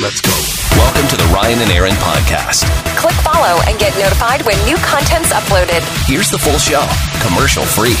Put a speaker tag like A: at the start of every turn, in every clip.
A: Let's go. Welcome to the Ryan and Aaron podcast.
B: Click follow and get notified when new content's uploaded.
A: Here's the full show, commercial free.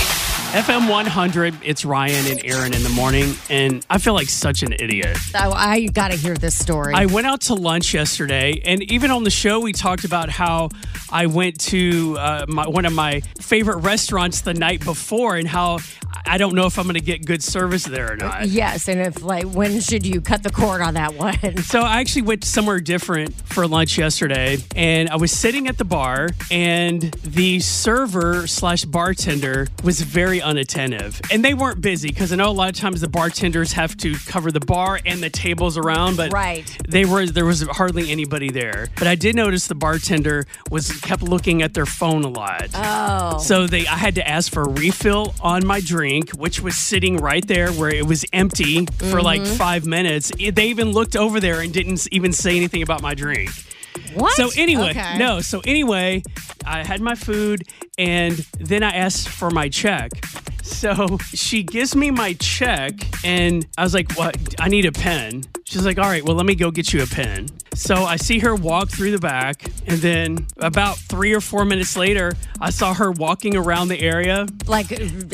C: FM 100, it's Ryan and Aaron in the morning, and I feel like such an idiot.
D: Oh, I got to hear this story.
C: I went out to lunch yesterday, and even on the show, we talked about how I went to uh, my, one of my favorite restaurants the night before and how I don't know if I'm going to get good service there or not.
D: yes, and if like when should you cut the cord on that one?
C: So I actually went somewhere different for lunch yesterday, and I was sitting at the bar, and the server slash bartender was very unattentive, and they weren't busy because I know a lot of times the bartenders have to cover the bar and the tables around, but
D: Right.
C: they were there was hardly anybody there. But I did notice the bartender was kept looking at their phone a lot.
D: Oh,
C: So they, I had to ask for a refill on my drink, which was sitting right there where it was empty for like five minutes. It- They even looked over there and didn't s- even say anything about my drink.
D: what?
C: So anyway,
D: Okay.
C: no. So anyway, I had my food and then I asked for my check. So she gives me my check and I was like, "What? I need a pen." She's like, "All right, well, let me go get you a pen." So I see her walk through the back and then about 3 or 4 minutes later, I saw her walking around the area
D: like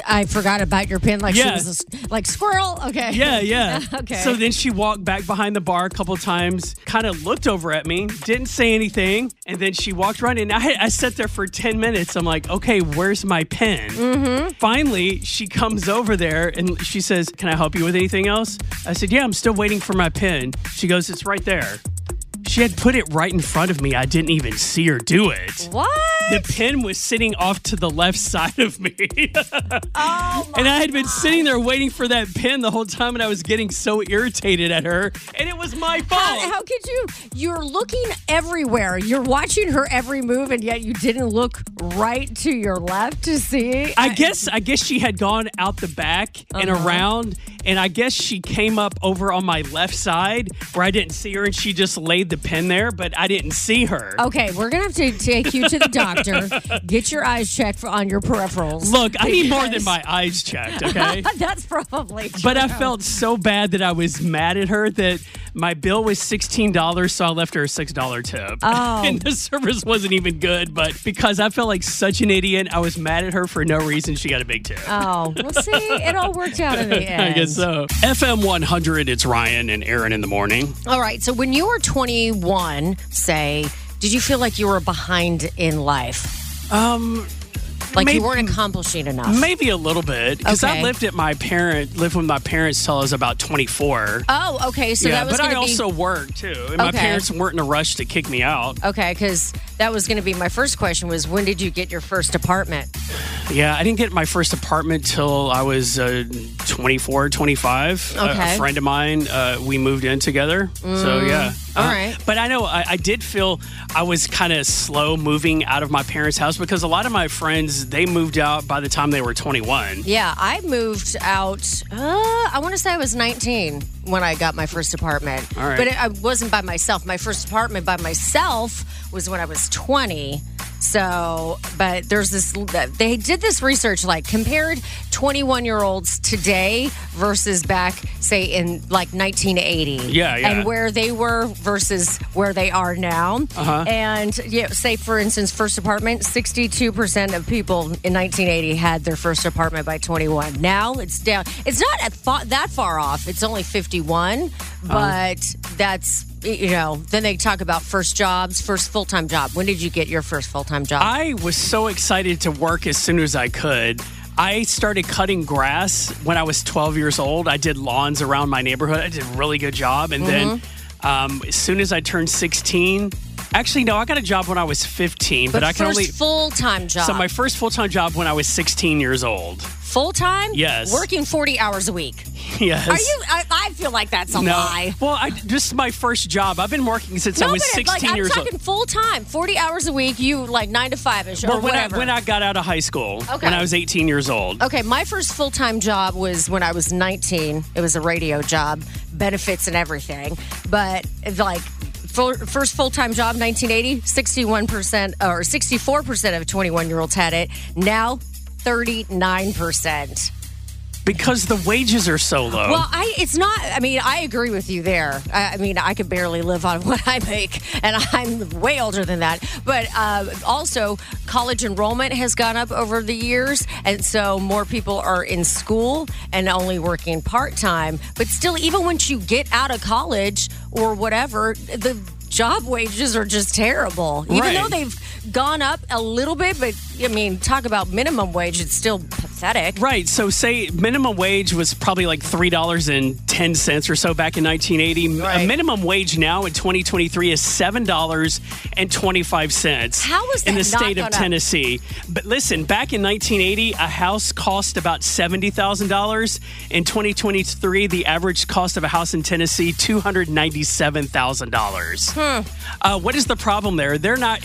D: I forgot about your pin. Like
C: Yeah.
D: she was a s like squirrel. Okay.
C: Yeah, yeah.
D: Okay.
C: So then she walked back behind the bar a couple times, kind of looked over at me, didn't say anything, and then she walked right in. I, had, I sat there for 10 minutes. I'm like, okay, where's my pen? Mm-hmm. Finally, she comes over there and she says, Can I help you with anything else? I said, Yeah, I'm still waiting for my pen. She goes, It's right there. She had put it right in front of me. I didn't even see her do it.
D: What?
C: The pen was sitting off to the left side of me.
D: oh my.
C: And I had been sitting there waiting for that pin the whole time, and I was getting so irritated at her, and it was my fault.
D: How, how could you? You're looking everywhere. You're watching her every move, and yet you didn't look right to your left to see.
C: I guess I guess she had gone out the back and
D: Uh-huh.
C: around, and I guess she came up over on my left side where I didn't see her, and she just laid the pin there, but I didn't see her.
D: Okay, we're gonna have to take you to the doctor. get your eyes checked for, on your peripherals.
C: Look, I need more than
D: Because-
C: my eyes checked, okay?
D: That's probably. True.
C: But I felt so bad that I was mad at her that my bill was $16, so I left her a $6 tip.
D: Oh.
C: and the service wasn't even good, but because I felt like such an idiot, I was mad at her for no reason. She got a big tip.
D: Oh, well, see, it all worked out in the end.
C: I guess so. FM 100, it's Ryan and Aaron in the morning.
D: All right. So when you were 21, say, did you feel like you were behind in life?
C: Um,
D: Like
C: Maybe-
D: you weren't accomplishing enough?
C: maybe a little bit because I
D: Okay.
C: lived at my parent lived with my parents till I was about 24.
D: Oh, okay. So
C: yeah,
D: that was
C: but I
D: going to be
C: also worked too, and my
D: Okay.
C: parents weren't in a rush to kick me out.
D: okay because that was going to be my first question was when did you get your first apartment?
C: Yeah, I didn't get my first apartment till I was uh, 24, 25. A- A,
D: Okay. Mm.
C: friend of mine, uh, we moved in together. So, yeah.
D: all
C: Uh,
D: right.
C: But I know I, I did feel I was kind of slow moving out of my parents' house because a lot of my friends, they moved out by the time they were 21.
D: Yeah, I moved out. Uh, I want to say I was 19 when I got my first apartment.
C: All right.
D: But it, I wasn't by myself. My first apartment by myself was when I was 20.
E: So, but there's this, they did this research like compared 21 year olds today versus back, say, in like 1980.
C: Yeah, yeah.
E: And where they were versus where they are now. Uh-huh. And, you know, say, for instance, first apartment, 62% of people in 1980 had their first apartment by 21. Now it's down, it's not at fa- that far off. It's only 51,
C: Uh-huh.
E: but that's, you know, then they talk about first jobs, first full time job. When did you get your first full time job?
C: I was so excited to work as soon as I could. I started cutting grass when I was 12 years old. I did lawns around my neighborhood. I did a really good job. And
E: Mm-hmm.
C: then um, as soon as I turned 16, actually, no, I got a job when I was 15, but, I can
E: first
C: only.
E: full time job.
C: so my first full time job when I was 16 years old.
E: full time?
C: Yes.
E: Working 40 hours a week.
C: Yes.
E: Are you? I, I feel like that's a
C: no.
E: lie.
C: Well, I, just my first job. I've been working since I
E: No,
C: was
E: but
C: 16
E: it's like, I'm
C: years
E: talking
C: old.
E: full time, 40 hours a week, you like nine to five ish or
C: Well, when I,
E: whatever.
C: when I got out of high school,
E: Okay.
C: when I was 18 years old.
E: Okay, my first full time job was when I was 19. It was a radio job, benefits and everything. But like, full, first full time job, 1980, 61% or 64% of 21 year olds had it. Now, 39%.
C: Because the wages are so low.
E: Well, I it's not. I mean, I agree with you there. I, I mean, I could barely live on what I make, and I'm way older than that. But uh, also, college enrollment has gone up over the years, and so more people are in school and only working part time. But still, even once you get out of college or whatever, the job wages are just terrible. Even
C: Right.
E: though they've gone up a little bit, but I mean, talk about minimum wage, it's still pathetic.
C: Right. So, say minimum wage was probably like three dollars and ten cents or so back in 1980. A minimum wage now in 2023 is seven dollars and twenty five cents.
E: How is
C: in
E: that
C: the state
E: not
C: of
E: gonna-
C: Tennessee? But listen, back in 1980, a house cost about seventy thousand dollars. In 2023, the average cost of a house in Tennessee two hundred ninety seven thousand dollars.
E: Hmm.
C: Uh, what is the problem there? They're not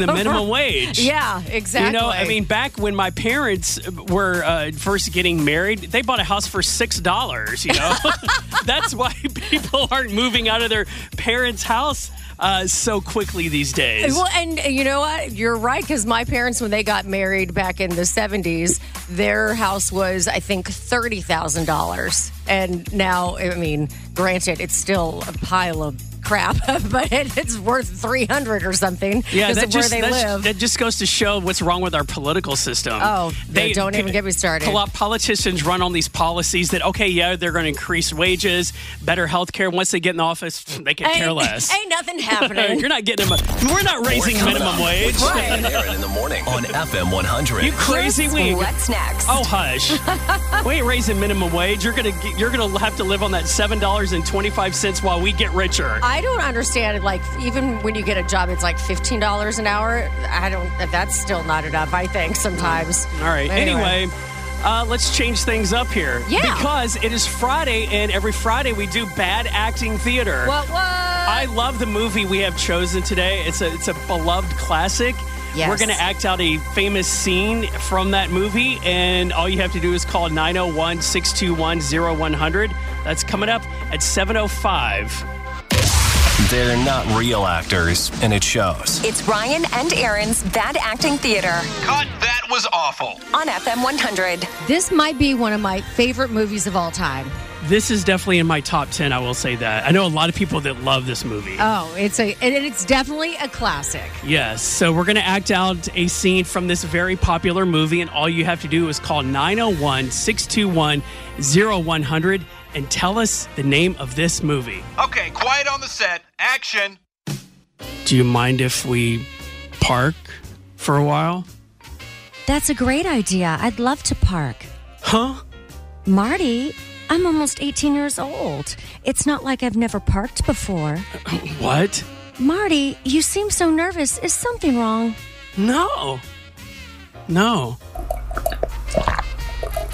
C: the minimum wage.
E: Yeah, exactly.
C: You know, I mean, back when my parents were uh, first getting married, they bought a house for six dollars. You know, that's why people aren't moving out of their parents' house uh, so quickly these days.
E: Well, and uh, you know what? You're right because my parents, when they got married back in the '70s, their house was, I think, thirty thousand dollars, and now, I mean, granted, it's still a pile of crap, but it, it's worth three hundred or something
C: yeah,
E: because
C: that
E: of
C: just
E: where they
C: that's-
E: live.
C: that just goes to show what's wrong with our political system.
E: Oh, yeah, don't even get me started.
C: pol- Politicians run on these policies that okay, yeah, they're going to increase wages, better health care. Once they get in the office, they can care less.
E: ain't nothing happening.
C: You're not getting them. a- We're not raising
A: coming
C: minimum
A: up.
C: wage.
A: Ryan and Aaron in the morning on FM 100.
C: You crazy
F: Here's
C: week.
F: What's next?
C: Oh hush! we ain't raising minimum wage. You're gonna get- you're gonna have to live on that seven dollars and twenty five cents while we get richer.
E: I don't understand. Like, even when you get a job, it's like fifteen dollars an hour. I don't. That's still not enough. I think sometimes.
C: All right. Anyway. Uh, let's change things up here.
E: Yeah.
C: Because it is Friday, and every Friday we do bad acting theater.
E: What? What?
C: I love the movie we have chosen today. It's a it's a beloved classic.
E: Yes.
C: We're going to act out a famous scene from that movie, and all you have to do is call 901 621 0100. That's coming up at 705.
A: They're not real actors, and it shows.
F: It's Ryan and Aaron's Bad Acting Theater
G: Cut, that was awful.
F: on FM 100.
E: This might be one of my favorite movies of all time.
C: This is definitely in my top 10, I will say that. I know a lot of people that love this movie.
E: Oh, it's a and it's definitely a classic.
C: yes, so we're going to act out a scene from this very popular movie, and all you have to do is call 901 621 0100 and tell us the name of this movie.
G: Okay, quiet on the set. Action.
C: Do you mind if we park for a while?
H: That's a great idea. I'd love to park.
C: Huh?
H: Marty, I'm almost 18 years old. It's not like I've never parked before.
C: What?
H: Marty, you seem so nervous. Is something wrong?
C: No. No.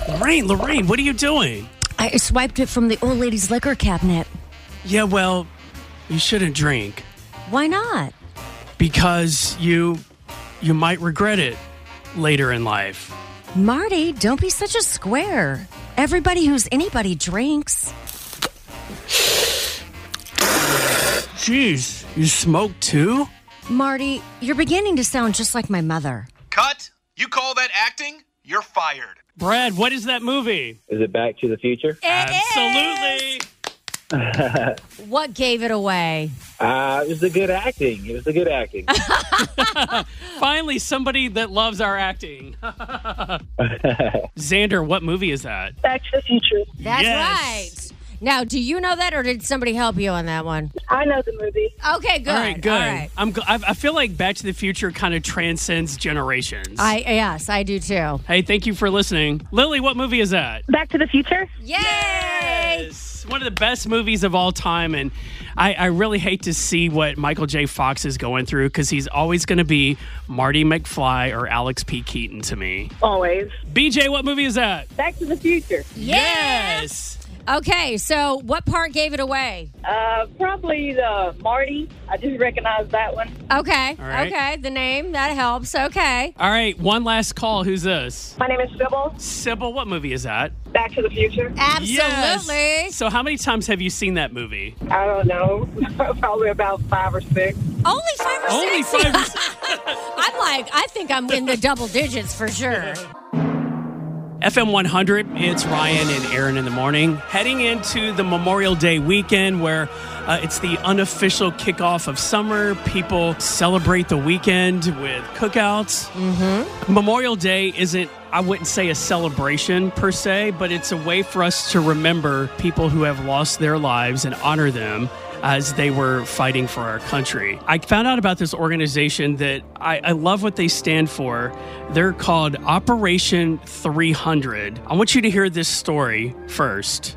C: Lorraine, Lorraine, what are you doing?
H: I swiped it from the old lady's liquor cabinet.
C: Yeah, well, you shouldn't drink.
H: Why not?
C: because you you might regret it later in life.
H: Marty, don't be such a square. Everybody who's anybody drinks.
C: Jeez, you smoke too?
I: Marty, you're beginning to sound just like my mother.
G: Cut. You call that acting? You're fired.
C: Brad, what is that movie?
J: Is it Back to the Future?
C: Absolutely.
D: What gave it away?
J: Uh, it was the good acting. It was the good acting.
C: Finally, somebody that loves our acting. Xander, what movie is that?
K: Back to the Future.
D: That's
C: Yes.
D: right. Now, do you know that, or did somebody help you on that one?
K: I know the movie.
D: Okay, good.
C: All right, good.
D: All right.
C: I'm. Gl- I I feel like Back to the Future kind of transcends generations.
D: I yes, I do too.
C: hey, thank you for listening, Lily. What movie is that?
K: Back to the Future.
D: Yay!
C: It's one of the best movies of all time, and I, I really hate to see what Michael J. Fox is going through because he's always going to be Marty McFly or Alex P. Keaton to me.
K: Always.
C: BJ, what movie is that?
K: Back to the Future.
C: Yes.
D: Okay, so what part gave it away?
K: Uh, probably the Marty. I just recognize that one.
D: Okay,
C: All right.
D: okay, the name that helps. Okay,
C: All right, one last call. Who's this?
K: My name is Sybil.
C: Sybil, what movie is that?
K: Back to the Future.
D: absolutely.
C: Yes. So, how many times have you seen that movie?
K: I don't know. probably about five or six.
D: Only five or
C: Only
D: six.
C: five. or-
D: I'm like, I think I'm in the double digits for sure.
C: FM 100, it's Ryan and Aaron in the morning. Heading into the Memorial Day weekend where uh, it's the unofficial kickoff of summer. People celebrate the weekend with cookouts. Mm-hmm. Memorial Day isn't, I wouldn't say a celebration per se, but it's a way for us to remember people who have lost their lives and honor them. As they were fighting for our country, I found out about this organization that I, I love what they stand for. They're called Operation 300. I want you to hear this story first.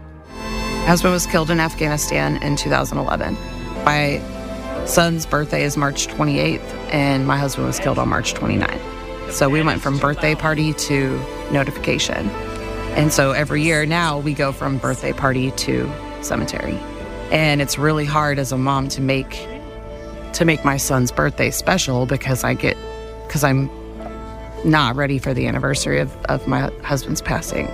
A: husband was killed in Afghanistan in 2011. My son's birthday is March 28th, and my husband was killed on March 29th. So we went from birthday party to notification. And so every year now we go from birthday party to cemetery. And it's really hard as a mom to make to make my son's birthday special because I get because I'm not ready for the anniversary of, of my husband's passing.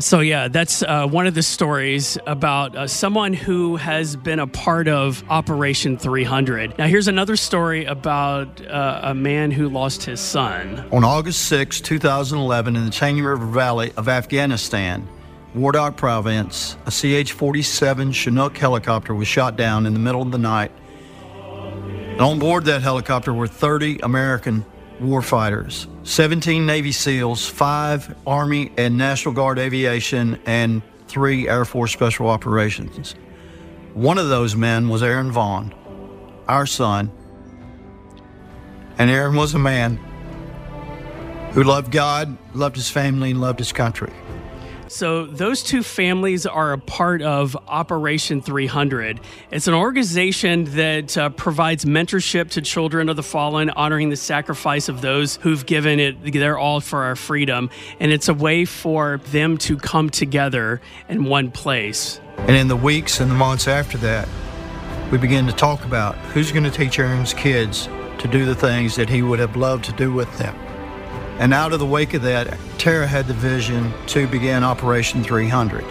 C: So, yeah, that's uh, one of the stories about uh, someone who has been a part of Operation 300. Now, here's another story about uh, a man who lost his son.
L: On August 6, 2011, in the Chany River Valley of Afghanistan, Wardak Province, a CH 47 Chinook helicopter was shot down in the middle of the night. And on board that helicopter were 30 American warfighters, 17 Navy SEALs, 5 Army and National Guard Aviation, and 3 Air Force Special Operations. One of those men was Aaron Vaughn, our son. And Aaron was a man who loved God, loved his family, and loved his country.
C: So, those two families are a part of Operation 300. It's an organization that uh, provides mentorship to children of the fallen, honoring the sacrifice of those who've given it their all for our freedom. And it's a way for them to come together in one place.
L: And in the weeks and the months after that, we began to talk about who's going to teach Aaron's kids to do the things that he would have loved to do with them. And out of the wake of that, Tara had the vision to begin Operation 300.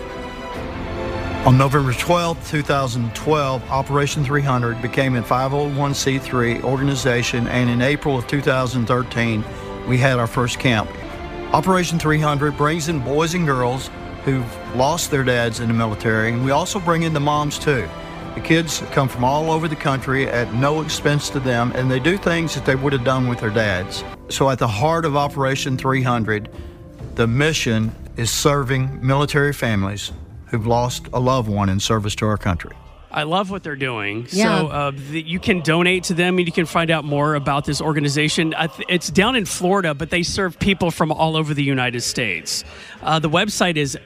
L: On November 12, 2012, Operation 300 became a 501c3 organization, and in April of 2013, we had our first camp. Operation 300 brings in boys and girls who've lost their dads in the military, and we also bring in the moms too. The kids come from all over the country at no expense to them, and they do things that they would have done with their dads. So, at the heart of Operation 300, the mission is serving military families who've lost a loved one in service to our country.
C: I love what they're doing.
L: Yeah.
C: So uh, th you can donate to them and you can find out more about this organization. I th- it's down in Florida, but they serve people from all over the United States. Uh, the website is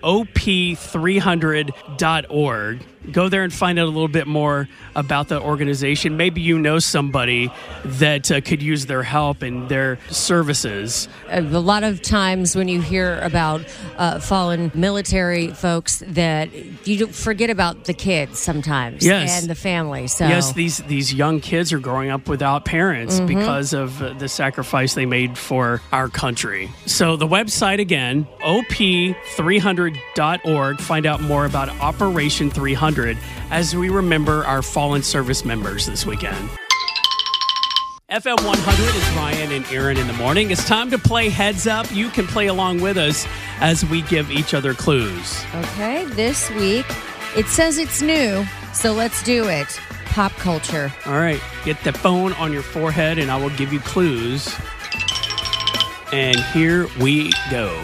C: op300.org. Go there and find out a little bit more about the organization. Maybe you know somebody that uh, could use their help and their services.
D: a lot of times when you hear about uh, fallen military folks that you don't forget about the kids sometimes
C: Yes.
D: and the family so
C: Yes, these these young kids are growing up without parents
D: Mhm.
C: because of uh, the sacrifice they made for our country. So the website again, op300.org, find out more about Operation 300 as we remember our fallen service members this weekend. FM 100 is Ryan and Aaron in the morning. It's time to play Heads Up. You can play along with us as we give each other clues.
E: Okay, this week it says it's new, so let's do it. Pop culture.
C: All right, get the phone on your forehead and I will give you clues. And here we go.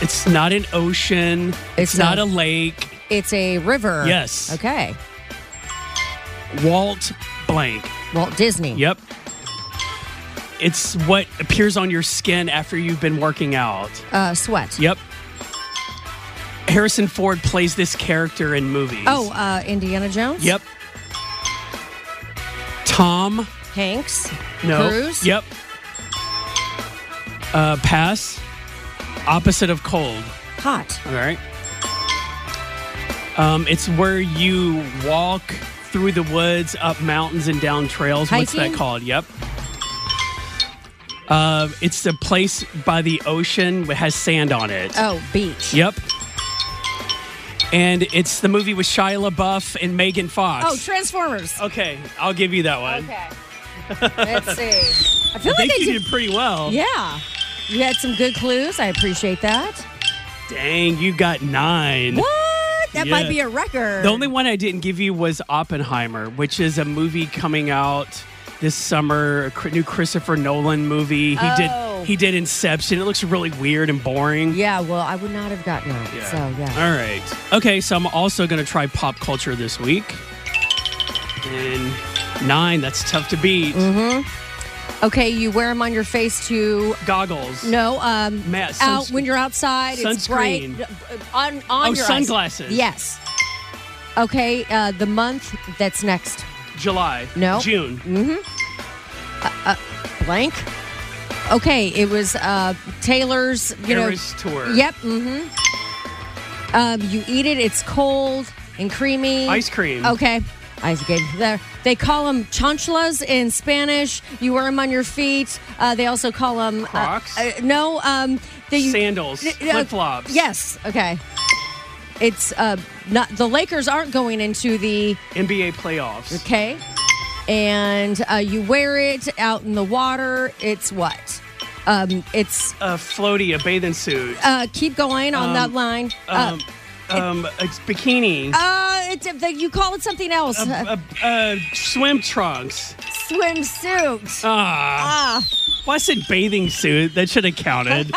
C: It's not an ocean, it's,
E: It's
C: not
E: a-
C: a lake.
E: It's a river.
C: Yes.
E: Okay.
C: Walt blank.
E: Walt Disney.
C: Yep. It's what appears on your skin after you've been working out.
E: Uh, sweat.
C: Yep. Harrison Ford plays this character in movies.
E: Oh, uh, Indiana Jones.
C: Yep. Tom.
E: Hanks.
C: No.
E: Cruise.
C: Yep. Uh, pass. Opposite of cold.
E: Hot.
C: All right. Um, it's where you walk through the woods, up mountains, and down trails. What's that
E: Hiking?
C: called? Yep. Uh, it's the place by the ocean that has sand on it.
E: Oh, beach.
C: Yep. And it's the movie with Shia LaBeouf and Megan Fox.
E: Oh, Transformers.
C: Okay, I'll give you that one.
E: Okay. Let's see. I feel
C: I
E: like
C: think
E: I
C: you
E: did-
C: did pretty well.
E: Yeah. You had some good clues. I appreciate that.
C: Dang, you got nine.
E: What? That might
C: Yeah.
E: be a record.
C: The only one I didn't give you was Oppenheimer, which is a movie coming out this summer, a cr- new Christopher Nolan movie. He
E: Oh.
C: did he did Inception. It looks really weird and boring.
E: yeah, well, I would not have gotten it. So, yeah.
C: All right. Okay, so I'm also going to try pop culture this week. And nine, that's tough to beat.
E: Mm-hmm. Okay, you wear them on your face to
C: Goggles.
E: No, um,
C: Ma-
E: out
C: sunscreen.
E: when you're outside. It's bright uh,
C: Sunscreen.
E: on on
C: Oh,
E: your eyes.
C: sunglasses.
E: Yes. Okay, uh, the month that's next.
C: July.
E: No.
C: June.
E: Mm-hmm. Uh, uh, blank. Okay, it was uh, Taylor's. You
C: Eras
E: know,
C: tour.
E: Yep. Mm-hmm. Um, you eat it. It's cold and creamy.
C: Ice cream.
E: Okay. Ice cream. There. They call them chanchlas in Spanish. You wear them on your feet. Uh, they also call them
C: Crocs?
E: Uh, uh, no. Um, they, uh,
C: Sandals. Flip-flops.
E: Yes. Okay. It's uh, not the Lakers aren't going into the
C: NBA playoffs.
E: Okay. And uh, you wear it out in the water. It's what? Um, it's
C: A floaty, a bathing suit.
E: uh, keep going on
C: Um,
E: that line.
C: Um, um, it's bikini.
E: uh, uh, it's, they- you call it something else.
C: uh, uh, swim trunks.
E: swimsuit.
C: Ah.
E: Ah.
C: Well, I said bathing suit. That should have counted.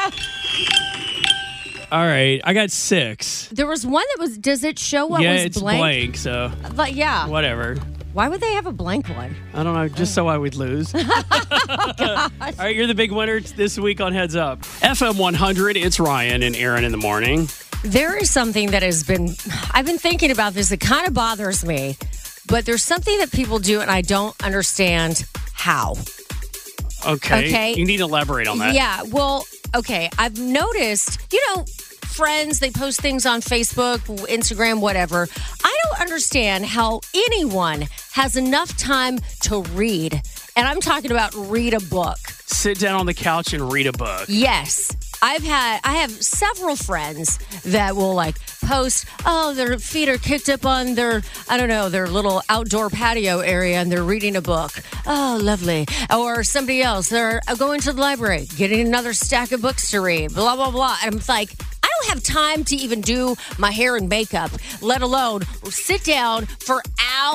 C: All right, I got six.
E: There was one that was. Does it show what
C: yeah,
E: was
C: it's
E: blank?
C: blank. So
E: But yeah.
C: whatever.
E: Why would they have a blank one?
C: I don't know, just so I would lose. All right, you're the big winner this week on Heads Up. FM 100, it's Ryan and Aaron in the morning.
D: There is something that has been, I've been thinking about this. It kind of bothers me, but there's something that people do, and I don't understand how.
C: Okay.
D: Okay.
C: You need to elaborate on that.
D: Yeah. Well, okay. I've noticed, you know, friends, they post things on Facebook, Instagram, whatever. I don't understand how anyone has enough time to read. And I'm talking about read a book.
C: Sit down on the couch and read a book.
D: Yes. I've had I have several friends that will like post, oh, their feet are kicked up on their I don't know, their little outdoor patio area and they're reading a book. Oh, lovely. Or somebody else, they're uh, going to the library, getting another stack of books to read, blah blah blah. And I'm like, I don't have time to even do my hair and makeup, let alone sit down for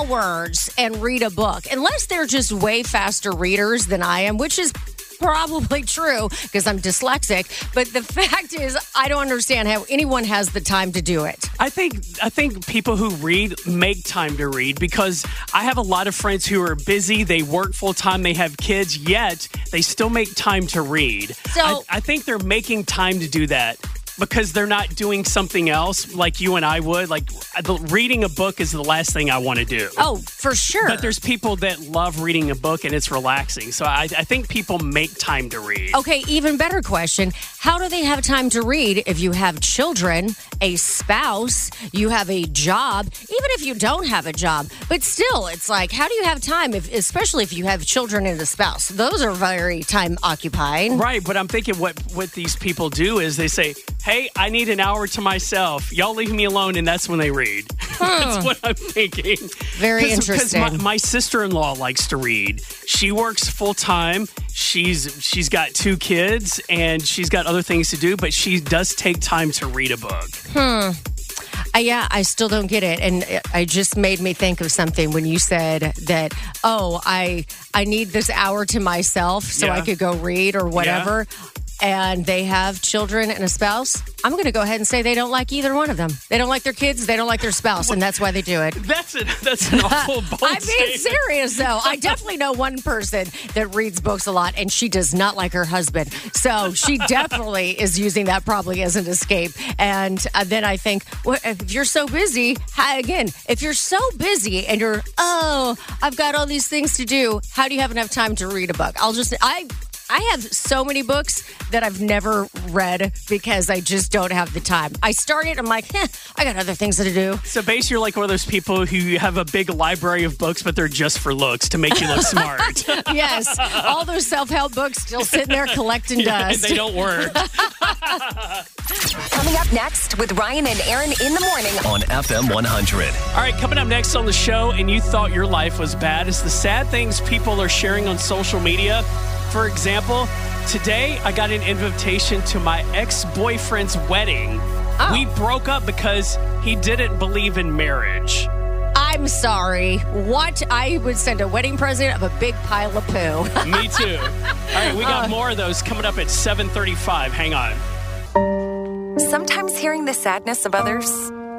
D: hours and read a book. Unless they're just way faster readers than I am, which is probably true because I'm dyslexic. But the fact is, I don't understand how anyone has the time to do it.
C: I think I think people who read make time to read because I have a lot of friends who are busy, they work full time, they have kids, yet they still make time to read.
D: So-
C: I, I think they're making time to do that because they're not doing something else like you and I would. Like uh, the, reading a book is the last thing I want to do.
D: Oh, for sure.
C: But there's people that love reading a book and it's relaxing. So I, I think people make time to read.
D: Okay, even better question. How do they have time to read if you have children, a spouse, you have a job, even if you don't have a job? But still, it's like, how do you have time, if, especially if you have children and a spouse? Those are very time occupying.
C: Right, but I'm thinking what what these people do is they say, hey, I need an hour to myself. Y'all leave me alone. And that's when they read. that's what I'm thinking.
D: Very
C: Because my,
D: interesting.
C: my sister-in-law likes to read. She works full-time. She's she's got two kids and she's got other things to do, but she does take time to read a book.
D: Hmm. I, yeah, I still don't get it, and uh, it- I just made me think of something when you said that. Oh, I I need this hour to myself so I
L: Yeah.
D: could go read or whatever. And they have children and a spouse. I'm going to go ahead and say they don't like either one of them. They don't like their kids. They don't like their spouse, and that's why they do it.
C: That's it. That's an awful bold
D: I'm being
C: statement.
D: serious though. I definitely know one person that reads books a lot, and she does not like her husband. So she definitely is using that probably as an escape. And uh, then I think, well, if you're so busy, how, again, if you're so busy and you're, oh, I've got all these things to do, how do you have enough time to read a book? I'll just, I. I have so many books that I've never read because I just don't have the time. I started, I'm like, eh, I got other things to do.
C: So basically, you're like one of those people who have a big library of books, but they're just for looks to make you look smart.
D: yes, all those self-help books still sitting there collecting
C: Yeah,
D: dust.
C: They don't work.
B: Coming up next with Ryan and Aaron in the morning.
A: on FM 100.
C: All right, coming up next on the show, and you thought your life was bad, is the sad things people are sharing on social media. For example, today I got an invitation to my ex boyfriend's wedding. We broke up because he didn't believe in marriage.
D: I'm sorry. What I would send a wedding present of a big pile of poo.
C: Me too. All right, we got more of those coming up at 7:35. Hang on.
M: Sometimes hearing the sadness of others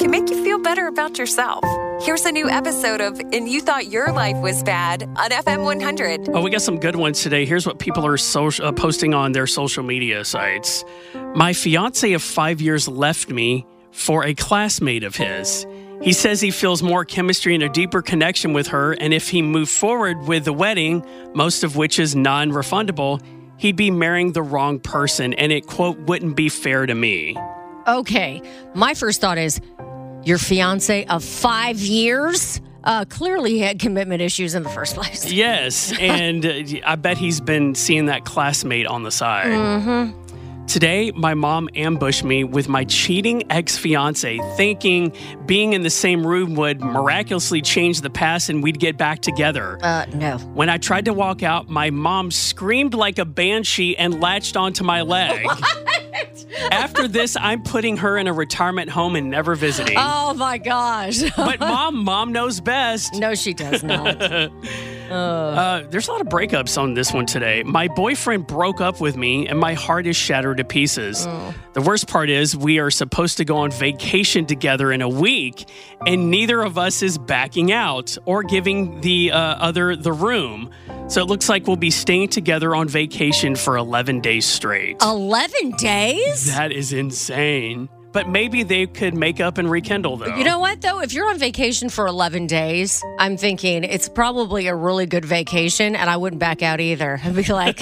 M: can make you feel better about yourself. Here's a new episode of And You Thought Your Life Was Bad on FM 100.
C: Oh, we got some good ones today. Here's what people are social, uh, posting on their social media sites. My fiance of five years left me for a classmate of his. He says he feels more chemistry and a deeper connection with her, and if he moved forward with the wedding, most of which is non refundable, he'd be marrying the wrong person, and it, quote, wouldn't be fair to me.
D: okay, my first thought is your fiance of five years uh, clearly had commitment issues in the first place.
C: Yes, and uh, I bet he's been seeing that classmate on the side.
D: Mm-hmm.
C: Today, my mom ambushed me with my cheating ex fiance, thinking being in the same room would miraculously change the past and we'd get back together.
D: Uh, no.
C: When I tried to walk out, my mom screamed like a banshee and latched onto my leg. After this, I'm putting her in a retirement home and never visiting.
D: Oh my gosh.
C: But mom, mom knows best.
D: No, she does not.
C: Uh, there's a lot of breakups on this one today. My boyfriend broke up with me, and my heart is shattered to pieces.
D: Oh.
C: The worst part is, we are supposed to go on vacation together in a week, and neither of us is backing out or giving the uh, other the room. So it looks like we'll be staying together on vacation for 11 days straight.
D: 11 days?
C: That is insane. But maybe they could make up and rekindle, though.
D: You know what, though? If you're on vacation for 11 days, I'm thinking it's probably a really good vacation, and I wouldn't back out either. I'd be like,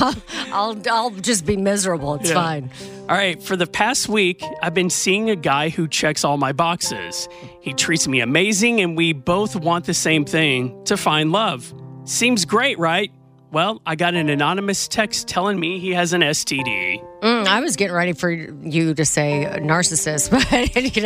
D: I'll, I'll, I'll just be miserable. It's
C: Yeah.
D: fine.
C: All right, for the past week, I've been seeing a guy who checks all my boxes. He treats me amazing, and we both want the same thing to find love. Seems great, right? Well, I got an anonymous text telling me he has an STD.
D: Mm, I was getting ready for you to say narcissist, but you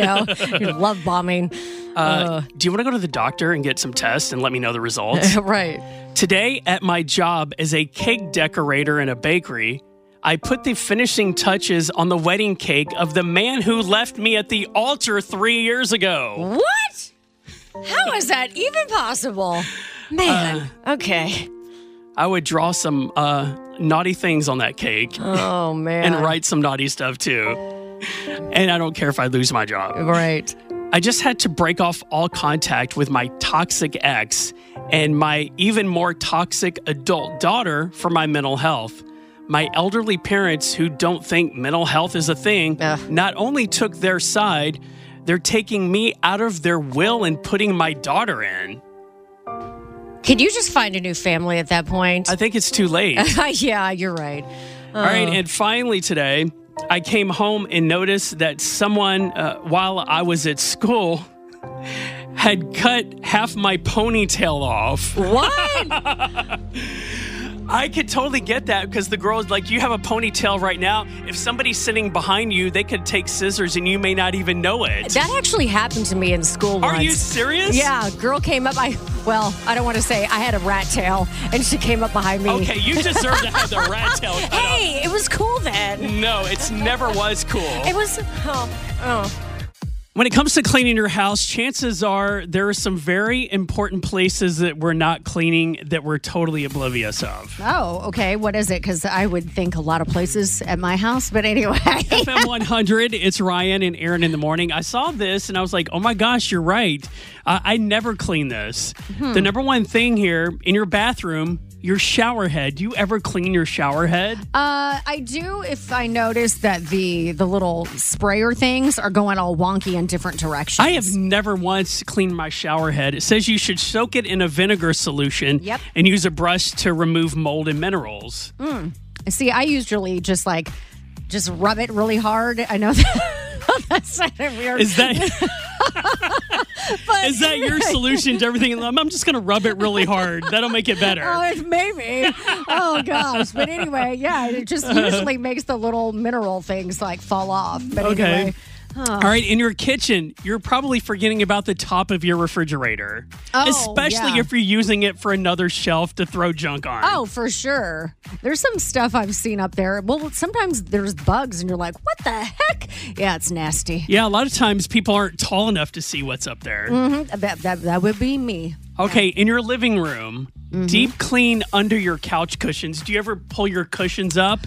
D: know, love bombing.
C: Uh, do you want to go to the doctor and get some tests and let me know the results?
D: right.
C: Today, at my job as a cake decorator in a bakery, I put the finishing touches on the wedding cake of the man who left me at the altar three years ago.
D: What? How is that even possible? Man.
C: Uh,
D: okay.
C: I would draw some uh, naughty things on that cake.
D: Oh, man.
C: and write some naughty stuff too. And I don't care if I lose my job.
D: Right.
C: I just had to break off all contact with my toxic ex and my even more toxic adult daughter for my mental health. My elderly parents who don't think mental health is a thing not only took their side, they're taking me out of their will and putting my daughter in.
D: Could you just find a new family at that point?
C: I think it's too late.
D: yeah, you're right.
C: All right,
D: Oh.
C: and finally today, I came home and noticed that someone, uh, while I was at school, had cut half my ponytail off.
D: What?
C: I could totally get that because the girl is like, you have a ponytail right now. If somebody's sitting behind you, they could take scissors and you may not even know it.
D: That actually happened to me in school
C: Are
D: once.
C: you serious?
D: Yeah, a girl came up. I well, I don't want to say I had a rat tail, and she came up behind me.
C: Okay, you deserve to have the rat tail cut off.
D: hey, it was cool then.
C: No, it's never was cool.
D: It was. Oh, oh.
C: When it comes to cleaning your house, chances are there are some very important places that we're not cleaning that we're totally oblivious of.
D: Oh, okay. What is it? Because I would think a lot of places at my house, but anyway. uh,
C: FM 100, it's Ryan and Aaron in the morning. I saw this and I was like, oh my gosh, you're right. Uh, I never clean this.
D: Hmm.
C: The number one thing here in your bathroom, your shower head. Do you ever clean your shower head?
D: Uh, I do if I notice that the the little sprayer things are going all wonky in different directions.
C: I have never once cleaned my shower head. It says you should soak it in a vinegar solution
D: Yep.
C: and use a brush to remove mold and minerals.
D: Mm. See, I usually just like just rub it really hard. I know that, that sounded weird.
C: Is that is that your solution to everything? I'm I'm just going to rub it really hard. That'll make it better.
D: Oh, it's maybe. oh gosh. But anyway, yeah, it just usually makes the little mineral things like fall off. But
C: Okay.
D: anyway.
C: All right, in your kitchen, you're probably forgetting about the top of your refrigerator,
D: Oh,
C: especially
D: yeah.
C: if you're using it for another shelf to throw junk on.
D: Oh, for sure. There's some stuff I've seen up there. Well, sometimes there's bugs, and you're like, "What the heck?" Yeah, it's nasty.
C: Yeah, a lot of times people aren't tall enough to see what's up there.
D: hmm That, that that would be me.
C: Okay, in your living room,
D: Mm-hmm.
C: deep clean under your couch cushions. Do you ever pull your cushions up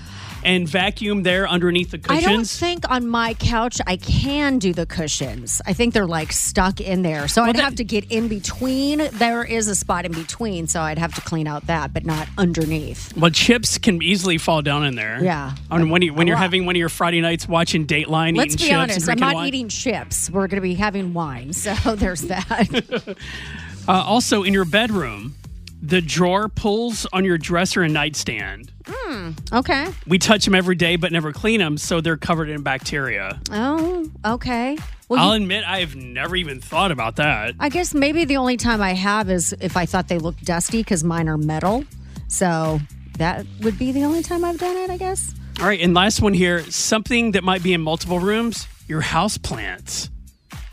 C: and vacuum there underneath the
D: I don't
C: cushions?
D: think on my couch I can do the cushions. I think they're like stuck in there, so I'd have to get in between. There is a spot in between, so I'd have to clean out that, but not underneath.
C: Well, chips can easily fall down in there.
D: Yeah.
C: On when you when you're
D: lot.
C: having one of your Friday nights watching Dateline,
D: Let's
C: eating
D: be
C: chips and
D: honest. I'm
C: drinking
D: not
C: wine.
D: eating chips. We're going to be having wine, so there's that.
C: Uh, also, in your bedroom, the drawer pulls on your dresser and nightstand.
D: Hmm. Okay.
C: We touch them every day, but never clean them, so they're covered in bacteria.
D: Oh, okay. Well,
C: I'll
D: you-
C: admit, I have never even thought about that.
D: I guess maybe the only time I have is if I thought they looked dusty because mine are metal. So that would be the only time I've done it, I guess.
C: All right, and last one here something that might be in multiple rooms your house plants.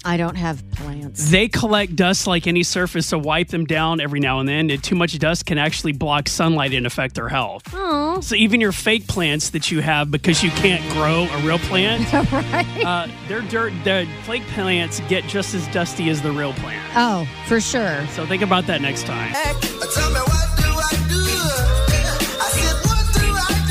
D: I don't have plants.
C: They collect dust like any surface, so wipe them down every now and then. And too much dust can actually block sunlight and affect their health.
D: Oh.
C: So even your fake plants that you have because you can't grow a real plant, uh, their dirt, their fake plants get just as dusty as the real plant.
D: Oh, for sure.
C: So think about that next time.
N: Tell me what do I do? I said, what do I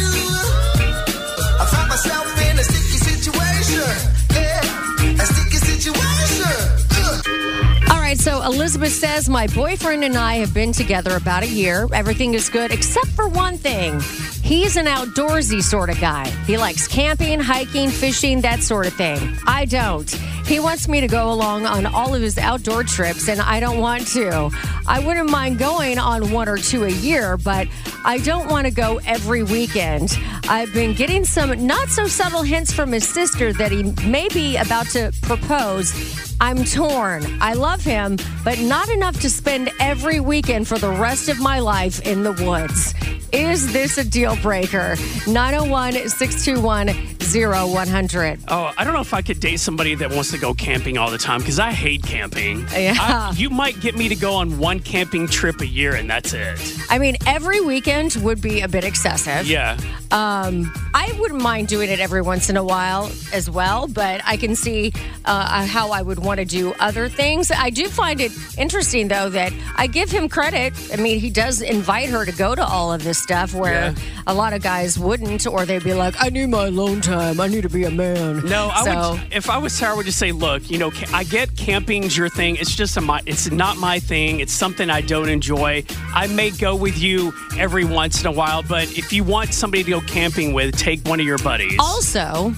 N: do? I find myself in a sticky situation. Yeah, a sticky situation. Uh.
D: All right, so Elizabeth says, My boyfriend and I have been together about a year. Everything is good except for one thing. He's an outdoorsy sort of guy. He likes camping, hiking, fishing, that sort of thing. I don't. He wants me to go along on all of his outdoor trips, and I don't want to. I wouldn't mind going on one or two a year, but I don't want to go every weekend. I've been getting some not so subtle hints from his sister that he may be about to propose. I'm torn. I love him, but not enough to spend every weekend for the rest of my life in the woods. Is this a deal breaker? 901 621 0100.
C: Oh, I don't know if I could date somebody that wants to go camping all the time because I hate camping.
D: Yeah.
C: I- you might get me to go on one camping trip a year and that's it.
D: I mean, every weekend would be a bit excessive.
C: Yeah.
D: Um, I wouldn't mind doing it every once in a while as well, but I can see uh, how I would want to do other things. I do find it interesting, though, that I give him credit. I mean, he does invite her to go to all of this stuff where a lot of guys wouldn't, or they'd be like, I need my alone time. I need to be a man.
C: No, I
D: so,
C: would. If I was her, I would just say, "Look, you know, ca- I get camping's your thing. It's just a my. It's not my thing. It's something I don't enjoy. I may go with you every once in a while, but if you want somebody to go camping with, take one of your buddies.
D: Also,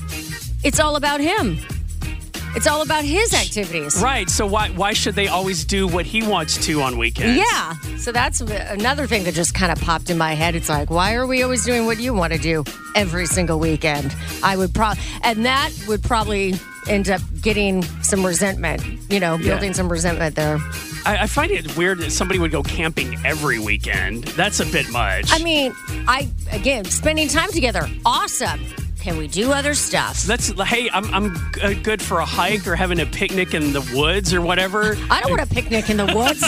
D: it's all about him, it's all about his activities.
C: Right. So why why should they always do what he wants to on weekends?
D: Yeah. So that's another thing that just kind of popped in my head. It's like, why are we always doing what you want to do every single weekend? I would probably, and that would probably end up getting some resentment, you know,
C: Yeah.
D: building some resentment there.
C: I, I find it weird that somebody would go camping every weekend. That's a bit much.
D: I mean, I again spending time together, awesome. Can we do other stuff?
C: That's hey, I'm I'm uh, good for a hike or having a picnic in the woods or whatever.
D: I don't want a picnic in the woods.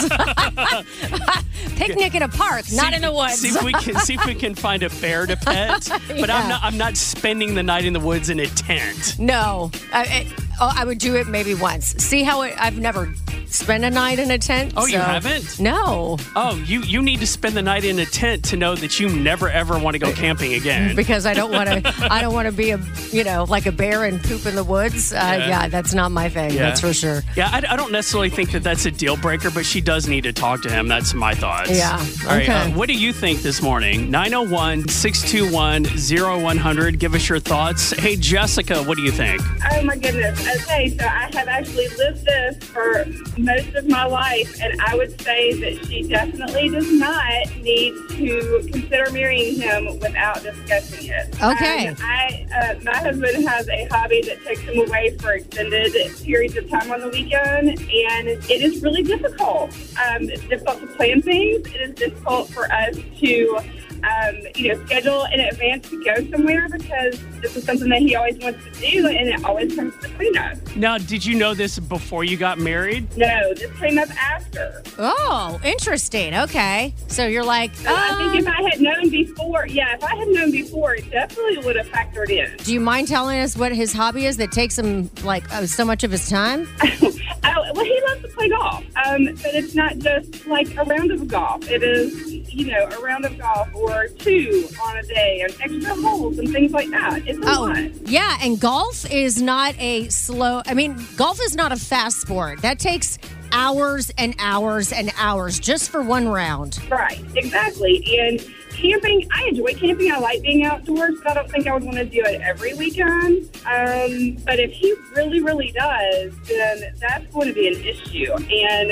D: picnic in a park, not
C: See-
D: in the woods.
C: See if we can see if we can find a bear to pet. But
D: Yeah.
C: I'm not I'm not spending the night in the woods in a tent.
D: No, I, I, oh, I would do it maybe once. See how it, I've never spent a night in a tent.
C: Oh, you
D: so-
C: haven't?
D: No,
C: Oh, you you need to spend the night in a tent to know that you never ever want to go camping again.
D: because I don't want to. I don't want to be a you know like a bear and poop in the woods. Uh,
C: Yeah.
D: yeah. that's not my thing.
C: Yeah.
D: That's for sure.
C: Yeah, I, I don't necessarily think that that's a deal breaker, but she does need to talk to him. That's my thoughts.
D: Yeah,
C: All right.
D: okay.
C: uh, what do you think this morning? 901 621 0100. Give us your thoughts. Hey, Jessica, what do you think?
L: Oh my goodness. Okay, so I have actually lived this for most of my life, and I would say that she definitely does not need to consider marrying him without discussing it.
D: Okay.
L: Um, I uh, my husband has a hobby that takes him away for extended periods of time on the weekend, and it is really difficult. Um, it's difficult to plan things. It is difficult for us to. Um, you know, schedule in advance to go somewhere because this is something that he always wants to do, and it always comes between us.
C: Now, did you know this before you got married?
L: No, this came up after.
D: Oh, interesting. Okay, so you're like, um,
L: So I think if I had known before, yeah, if I had known before, it definitely would have factored in.
D: do you mind telling us what his hobby is that takes him like oh, so much of his time?
L: Oh, well, he loves to play golf, um, but it's not just like a round of golf. It is, you know, a round of golf or two on a day and extra holes and things like that. It's a
D: Oh.
L: lot.
D: Yeah, and golf is not a slow. I mean, golf is not a fast sport. That takes hours and hours and hours just for one round.
L: Right, exactly. And camping, I enjoy camping. I like being outdoors, but I don't think I would want to do it every weekend. Um, but if he really, really does, then that's going to be an issue. And